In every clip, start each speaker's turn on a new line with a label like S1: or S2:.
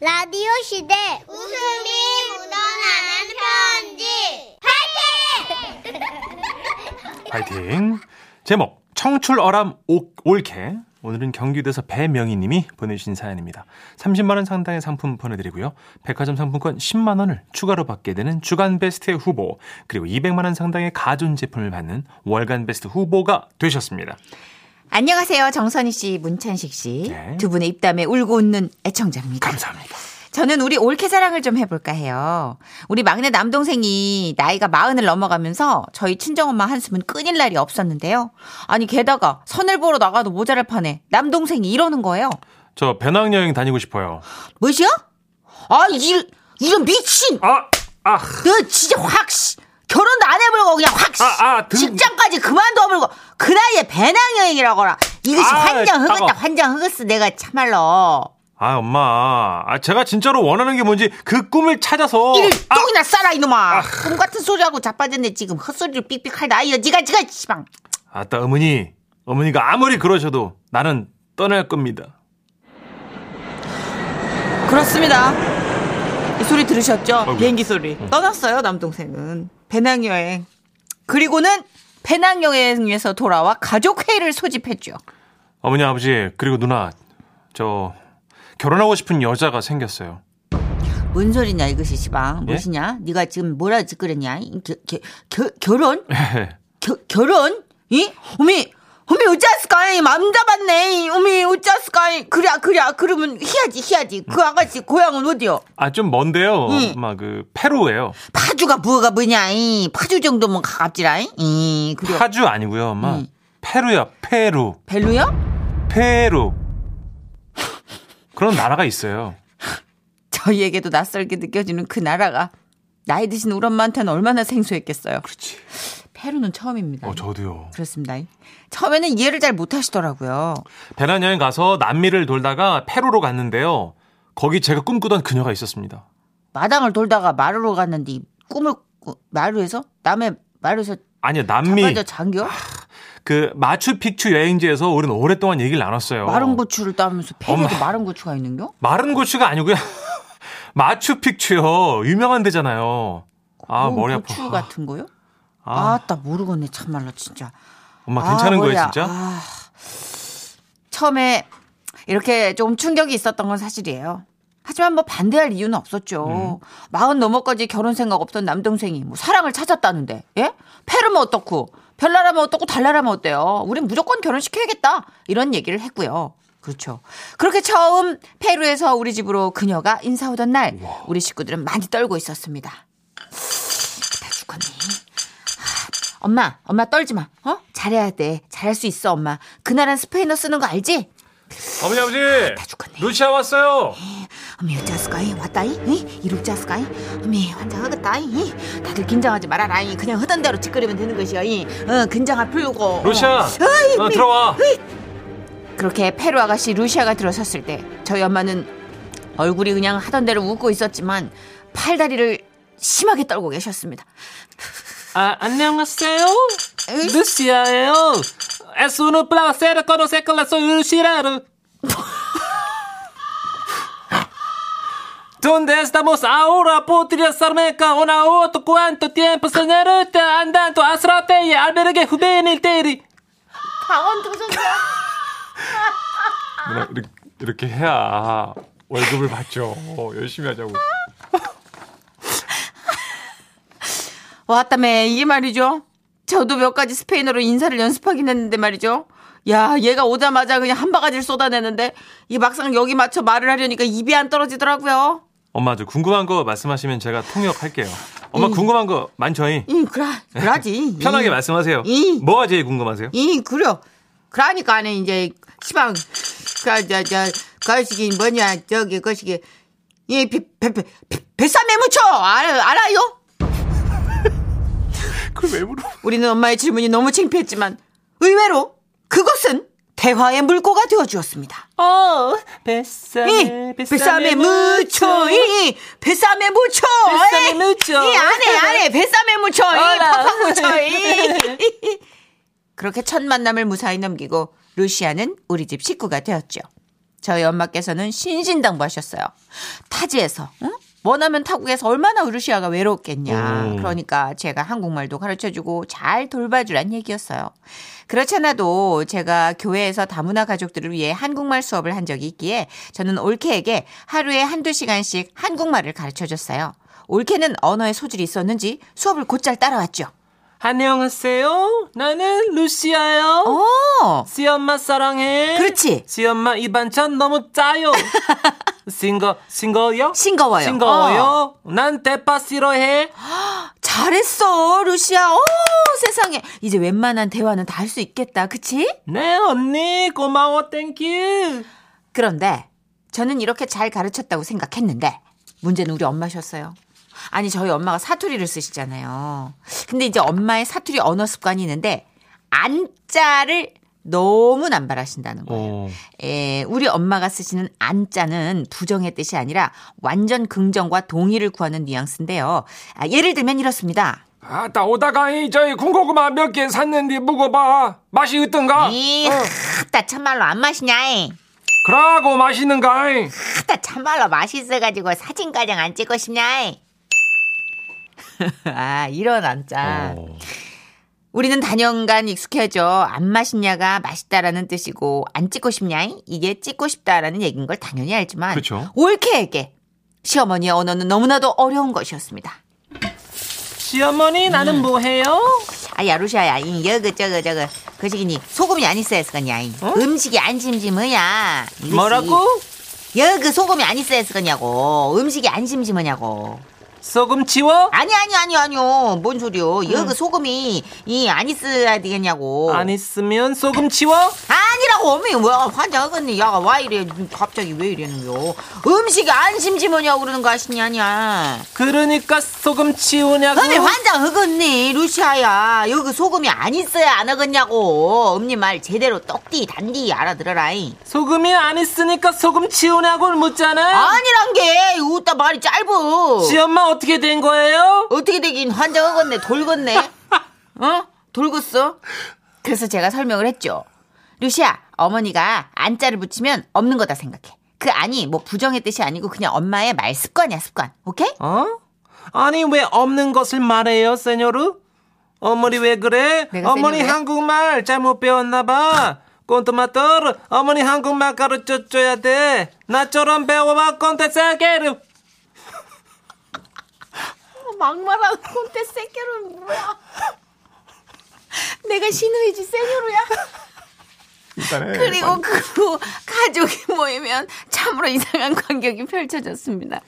S1: 라디오 시대 웃음이 묻어나는 편지
S2: 파이팅. 제목 청출어람 옥- 올케. 오늘은 경기도에서 배명희 님이 보내주신 사연입니다. 30만 원 상당의 상품 보내드리고요. 백화점 상품권 10만 원을 추가로 받게 되는 주간 베스트 후보 그리고 200만 원 상당의 가전 제품을 받는 월간 베스트 후보가 되셨습니다.
S3: 안녕하세요. 정선희 씨, 문찬식 씨.
S2: 네.
S3: 두 분의 입담에 울고 웃는 애청자입니다.
S2: 감사합니다.
S3: 저는 우리 올케 사랑을 좀 해볼까 해요. 우리 막내 남동생이 나이가 마흔을 넘어가면서 저희 친정엄마 한숨은 끊일 날이 없었는데요. 아니, 게다가 선을 보러 나가도 모자랄 판에 남동생이 이러는 거예요.
S2: 저 배낭여행 다니고 싶어요.
S3: 뭐시여? 아, 이, 이런 미친!
S2: 아, 아,
S3: 너그 진짜 확, 씨. 결혼도 안 해버리고 그냥 확, 씨.
S2: 아, 아, 등-
S3: 직장까지 그만둬버리고 그 나이에 배낭여행이라거라. 이것이
S2: 아,
S3: 환장 흑었다,
S2: 따가워.
S3: 환장 흑었어. 내가 참말로.
S2: 아 엄마, 아 제가 진짜로 원하는 게 뭔지 그 꿈을 찾아서
S3: 이를
S2: 아,
S3: 똥이나 싸라 이놈아 꿈 같은 소리하고 자빠졌네 지금 헛소리를 삑삑할 나이여 니가 지가 시방
S2: 아따 어머니, 어머니가 아무리 그러셔도 나는 떠날 겁니다.
S3: 그렇습니다 이 소리 들으셨죠
S2: 아이고.
S3: 비행기 소리 떠났어요 남동생은 배낭여행 그리고는 배낭여행에서 돌아와 가족회의를 소집했죠
S2: 어머니 아버지 그리고 누나 저 결혼하고 싶은 여자가 생겼어요.
S3: 뭔 소리냐 이것이 시방
S2: 예?
S3: 무엇이냐 네가 지금 뭐라 짓거렸냐 이 겨- 겨- 겨- 결혼
S2: 예.
S3: 겨, 결혼? 이? 어미, 어미 어쩌스까이 맘 잡았네. 이 어미 어쩌스까이 그래 그래 그러면 희야지 희야지. 그 아가씨 고향은 어디요?
S2: 아 좀 먼데요.
S3: 응.
S2: 아마 그 페루예요.
S3: 파주가 뭐가 뭐냐? 이 파주 정도면 가깝지라. 이 그래.
S2: 파주 아니고요, 음. 엄마.
S3: 응.
S2: 페루야, 페루,
S3: 벨루요?
S2: 페루. 그런 나라가 있어요.
S3: 저희에게도 낯설게 느껴지는 그 나라가 나이 드신 우리 엄마한테는 얼마나 생소했겠어요.
S2: 그렇지.
S3: 페루는 처음입니다.
S2: 어 저도요.
S3: 그렇습니다. 처음에는 이해를 잘 못하시더라고요.
S2: 배낭 여행 가서 남미를 돌다가 페루로 갔는데요. 거기 제가 꿈꾸던 그녀가 있었습니다.
S3: 마당을 돌다가 마루로 갔는데 이 꿈을 꾸- 마루에서 남의 마루에서
S2: 아니요, 남미
S3: 자빠져 잠겨?
S2: 그 마추픽추 여행지에서 우리는 오랫동안 얘기를 나눴어요.
S3: 마른 고추를 따면서 폐에도
S2: 엄마.
S3: 마른 고추가 있는겨?
S2: 마른 고추가 아니고요. 마추픽추요. 유명한 데잖아요. 아,
S3: 뭐
S2: 머리 아파.
S3: 고추 같은 거요?
S2: 아,
S3: 아따 모르겠네 참말로 진짜.
S2: 엄마 괜찮은
S3: 아,
S2: 거예요,
S3: 머리야.
S2: 진짜?
S3: 아. 처음에 이렇게 좀 충격이 있었던 건 사실이에요. 하지만 뭐 반대할 이유는 없었죠.
S2: 음.
S3: 마흔 넘어까지 결혼 생각 없던 남동생이 뭐 사랑을 찾았다는데, 예? 페르면 어떻고, 별나라면 어떻고, 달나라면 어때요? 우린 무조건 결혼시켜야겠다. 이런 얘기를 했고요. 그렇죠. 그렇게 처음 페루에서 우리 집으로 그녀가 인사오던 날, 우리 식구들은 많이 떨고 있었습니다. 아, 다 죽었네. 엄마, 엄마 떨지 마. 어? 잘해야 돼. 잘할 수 있어, 엄마. 그날은 스페인어 쓰는 거 알지?
S2: 어머니, 아버지!
S3: 다 죽었네.
S2: 루시아 왔어요!
S3: 어미 어쩌스까이 왔다이? 이? 이럴 짜스까이? 어미 환장하겠다이? 이? 다들 긴장하지 말아라이. 그냥 하던 대로 짓거리면 되는 것이야이. 어, 긴장을 풀고.
S2: 루시아!
S3: 어. 어이,
S2: 어,
S3: 어미.
S2: 들어와!
S3: 그렇게 페루 아가씨 루시아가 들어섰을 때 저희 엄마는 얼굴이 그냥 하던 대로 웃고 있었지만 팔다리를 심하게 떨고 계셨습니다.
S4: 아, 안녕하세요. 루시아예요. Es una placer conocerla, soy Lucía. ¿Dónde
S2: 뭐,
S4: estamos ahora? ¿Podría serme con una auto? ¿Cuánto tiempo señorita andando a Srate y albergue juvenil Terry?
S2: 누나, 이렇게, 이렇게 해야 월급을 받죠. 어, 열심히 하자고.
S3: 왔다매 이게 말이죠. 저도 몇 가지 스페인어로 인사를 연습하긴 했는데 말이죠. 야, 얘가 오자마자 그냥 한 바가지를 쏟아내는데 이 막상 여기 맞춰 말을 하려니까 입이 안 떨어지더라고요.
S2: 엄마, 저 궁금한 거 말씀하시면 제가 통역할게요. 엄마, 궁금한 거 많죠잉?
S3: 이 그라 그라지.
S2: 편하게
S3: 이,
S2: 말씀하세요.
S3: 이.
S2: 뭐가 제일 궁금하세요?
S3: 이 그려. 그러니까는 이제 시방 그저저 거시기 뭐냐 저기 거시기 이배배 뱃삼에 묻혀 알아, 알아요?
S2: 그걸 왜 물어?
S3: 우리는 엄마의 질문이 너무 창피했지만 의외로 그것은 대화의 물꼬가 되어주었습니다.
S4: Oh,
S3: 이
S4: besame,
S3: 뱃삼에 묻혀 이 뱃삼에 묻혀
S4: 뱃삼에
S3: 어, 에이,
S4: 묻혀.
S3: 이 안에 안에 뱃삼에 묻혀 이
S4: 어라.
S3: 팍팍 묻혀 이 그렇게 첫 만남을 무사히 넘기고 루시아는 우리 집 식구가 되었죠 저희 엄마께서는 신신당부하셨어요. 타지에서 응? 원하면 타국에서 얼마나 우르시아가 외롭겠냐.
S2: 음.
S3: 그러니까 제가 한국말도 가르쳐주고 잘 돌봐주란 얘기였어요. 그렇잖아도 제가 교회에서 다문화 가족들을 위해 한국말 수업을 한 적이 있기에 저는 올케에게 하루에 한두 시간씩 한국말을 가르쳐줬어요. 올케는 언어의 소질이 있었는지 수업을 곧잘 따라왔죠.
S4: 안녕하세요. 나는 루시아요.
S3: 어,
S4: 시엄마 사랑해.
S3: 그렇지.
S4: 시엄마 이 반찬 너무 짜요. 싱거 싱거요?
S3: 싱거워요.
S4: 싱거워요. 난 대파 싫어해.
S3: 잘했어, 루시아. 어, 세상에. 이제 웬만한 대화는 다 할 수 있겠다. 그치?
S4: 네 언니 고마워 땡큐.
S3: 그런데 저는 이렇게 잘 가르쳤다고 생각했는데 문제는 우리 엄마셨어요. 아니 저희 엄마가 사투리를 쓰시잖아요. 근데 이제 엄마의 사투리 언어 습관이 있는데 안자를 너무 남발하신다는 거예요.
S2: 어,
S3: 에, 우리 엄마가 쓰시는 안자는 부정의 뜻이 아니라 완전 긍정과 동의를 구하는 뉘앙스인데요. 아, 예를 들면 이렇습니다.
S5: 아따 오다가이 저희 군고구마 몇 개 샀는데 먹어봐 맛이 어떤가?
S3: 이, 하다 참말로 안 마시냐?
S5: 그러고 맛있는가?
S3: 하다 참말로 맛있어가지고 사진가장 안 찍고 싶냐? 아, 이런 안짜.
S2: 어.
S3: 우리는 단연간 익숙해져 안 맛있냐가 맛있다라는 뜻이고 안 찍고 싶냐 이게 찍고 싶다라는 얘기인 걸 당연히 알지만
S2: 그쵸.
S3: 올케에게 시어머니의 언어는 너무나도 어려운 것이었습니다.
S4: 시어머니 나는 뭐해요?
S3: 아야 루시아야 이 여그 저거 저거 그 시기니 소금이 안 있어야 했거냐 음식이 안 심심해야 이것이.
S4: 뭐라고?
S3: 여그 소금이 안 있어야 했거냐고 음식이 안 심심하냐고
S4: 소금 치워?
S3: 아니 아니 아니 아니요 뭔 소리요 여그 소금이 이 안 있어야 되겠냐고
S4: 안 있으면 소금 치워?
S3: 아니라고 어머니 왜 환장하겠니 야가 와 이래 갑자기 왜 이러는겨 음식이 안심지머냐고 그러는 거 아시냐냐
S4: 그러니까 소금 치우냐고.
S3: 어머니 환장하겠니 루시아야 여기 소금이 안 있어야 안 하겠냐고 엄니 말 제대로 떡디 단디 알아들어라잉
S4: 소금이 안 있으니까 소금 치우냐고 묻잖아.
S3: 아니란 게 웃다 말이 짧어
S4: 시엄마 어떻게 된 거예요?
S3: 어떻게 되긴 환장하겠네 돌겠네 어 돌겠어 그래서 제가 설명을 했죠 루시아 어머니가 안자를 붙이면 없는 거다 생각해 그 안이 뭐 부정의 뜻이 아니고 그냥 엄마의 말 습관이야 습관 오케이
S4: 어? 아니 왜 없는 것을 말해요, 세뇨르? 어머니 왜 그래?
S3: 내가
S4: 어머니
S3: 세뇨르야?
S4: 한국말 잘못 배웠나 봐. 꼰토마토르 어머니 한국말 가르쳐줘야 돼. 나처럼 배워봐 꼰테세게르.
S3: 어, 막말한 콘테 새끼는 뭐야 내가 신우이지 세뇨로야 그리고 그 후 가족이 모이면 참으로 이상한 광경이 펼쳐졌습니다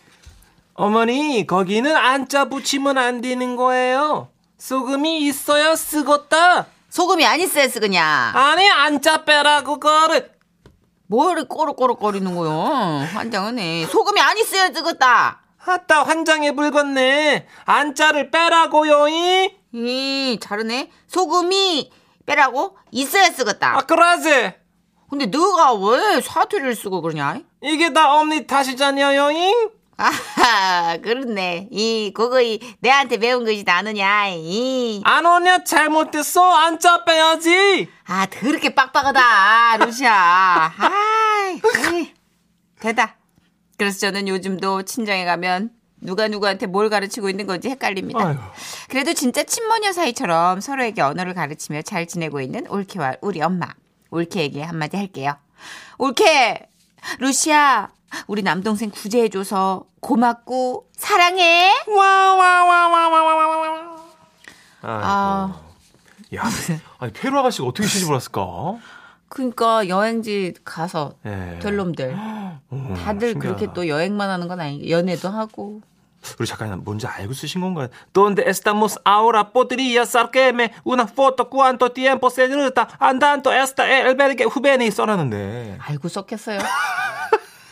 S4: 어머니 거기는 안짜 붙이면 안 되는 거예요. 소금이 있어야 쓰겄다.
S3: 소금이 아니세스 그냥
S4: 아니 안짜 빼라고 거를.
S3: 뭐를 꼬르꼬르거리는 거요? 환장하네. 소금이 안 있어야 뜨겁다.
S4: 아따 환장해 불겄네. 안짜를 빼라고요이.
S3: 이 자르네. 소금이 빼라고 있어야
S4: 아
S3: 쓰겠다.
S4: 그러지.
S3: 근데 너가 왜 사투리를 쓰고 그러냐?
S4: 이게 다 엄니 탓이잖여요잉?
S3: 아하, 그렇네. 이 그거이 내한테 배운 것이 나느냐? 이.
S4: 안 오냐 잘못됐어 안 짜빼야지
S3: 아, 더럽게 빡빡하다, 루시아. 아, 에이, 되다. 그래서 저는 요즘도 친정에 가면 누가 누구한테 뭘 가르치고 있는 건지 헷갈립니다. 그래도 진짜 친모녀 사이처럼 서로에게 언어를 가르치며 잘 지내고 있는 올케와 우리 엄마. 올케에게 한마디 할게요. 올케, 루시아, 우리 남동생 구제해줘서 고맙고 사랑해.
S4: 와와와와와와와
S3: 아,
S2: 어. 야, 아니 페루 아가씨가 어떻게 시집을 왔을까?
S3: 그러니까 여행지 가서
S2: 예.
S3: 될 놈들.
S2: 음,
S3: 다들
S2: 신기하다.
S3: 그렇게 또 여행만 하는 건 아니고 연애도 하고.
S2: 우리 작가님 뭔지 알고 쓰신 건가요?
S4: Donde estamos ahora podría sacarme una foto cuánto tiempo se ruta andando hasta el albergue
S2: 후배니 써놨는데
S3: 알고 썼겠어요.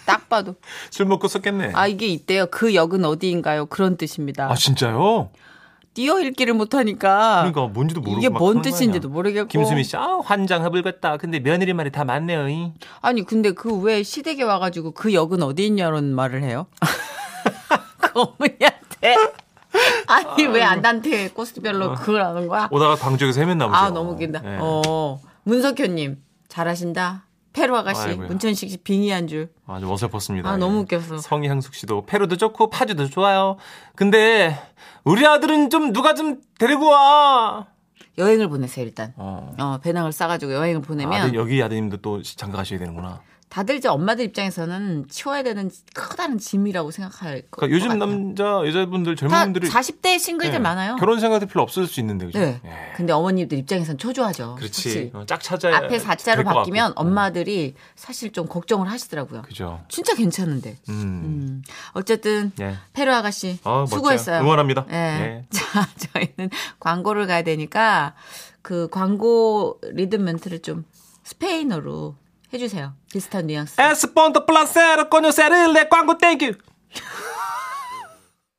S3: 딱 봐도
S2: 술 먹고 썼겠네.
S3: 아
S2: 아,
S3: 이게 있대요. 그 역은 어디인가요? 그런 뜻입니다.
S2: 진짜요?
S3: 띄어 읽기를
S2: 아,
S3: 못하니까
S2: 그러니까 뭔지도 모르고
S3: 이게
S2: 막
S3: 뭔
S2: 하는 거
S3: 뜻인지도
S2: 아니야.
S3: 모르겠고.
S2: 김수미 씨, 아 환장해 불겠다. 근데 며느리 말이 다 맞네요.
S3: 아니 근데 그 왜 시댁에 와가지고 그 역은 어디 있냐는 말을 해요? 그 어머니한테. 아니 왜안 단테
S2: 어.
S3: 코스별로 그걸 아는 어. 거야?
S2: 오다가 광주에서 헤맸나 보죠.
S3: 아 너무 웃긴다.
S2: 예.
S3: 어 문석현님 잘하신다. 페루 아가씨
S2: 아이고야.
S3: 문천식 씨 빙의한 줄.
S2: 아주 어설펐습니다.
S3: 아,
S2: 예.
S3: 너무 웃겼어.
S2: 성희향숙 씨도 페루도 좋고 파주도 좋아요. 근데 우리 아들은 좀 누가 좀 데리고 와.
S3: 여행을 보내세요 일단.
S2: 어.
S3: 어 배낭을 싸가지고 여행을 보내면
S2: 아들, 여기 아드님도 또 시- 장가 가셔야 되는구나.
S3: 다들 이제 엄마들 입장에서는 치워야 되는 크다는 짐이라고 생각할 거.
S2: 그러니까 요즘
S3: 것 같아요.
S2: 남자 여자분들 젊은
S3: 다
S2: 분들이
S3: 40대 싱글들
S2: 예,
S3: 많아요.
S2: 결혼 생각도 별로 없을 수 있는데 그죠?
S3: 네.
S2: 예.
S3: 근데 어머님들 입장에선 초조하죠.
S2: 그렇지.
S3: 확실히.
S2: 어, 짝 찾아야
S3: 앞에
S2: 될
S3: 4자로
S2: 것 같고. 음.
S3: 바뀌면 엄마들이 사실 좀 걱정을 하시더라고요.
S2: 그죠.
S3: 진짜 괜찮은데.
S2: 음.
S3: 음. 어쨌든
S2: 예.
S3: 페루 아가씨
S2: 아, 멋져요.
S3: 수고했어요.
S2: 응원합니다.
S3: 예.
S2: 예.
S3: 자, 저희는 광고를 가야 되니까 그 광고 리듬 멘트를 좀 스페인어로 해주세요. 비슷한 뉘앙스.
S4: 에스폰도 플라세로 꼬뉴세를레 광고 땡큐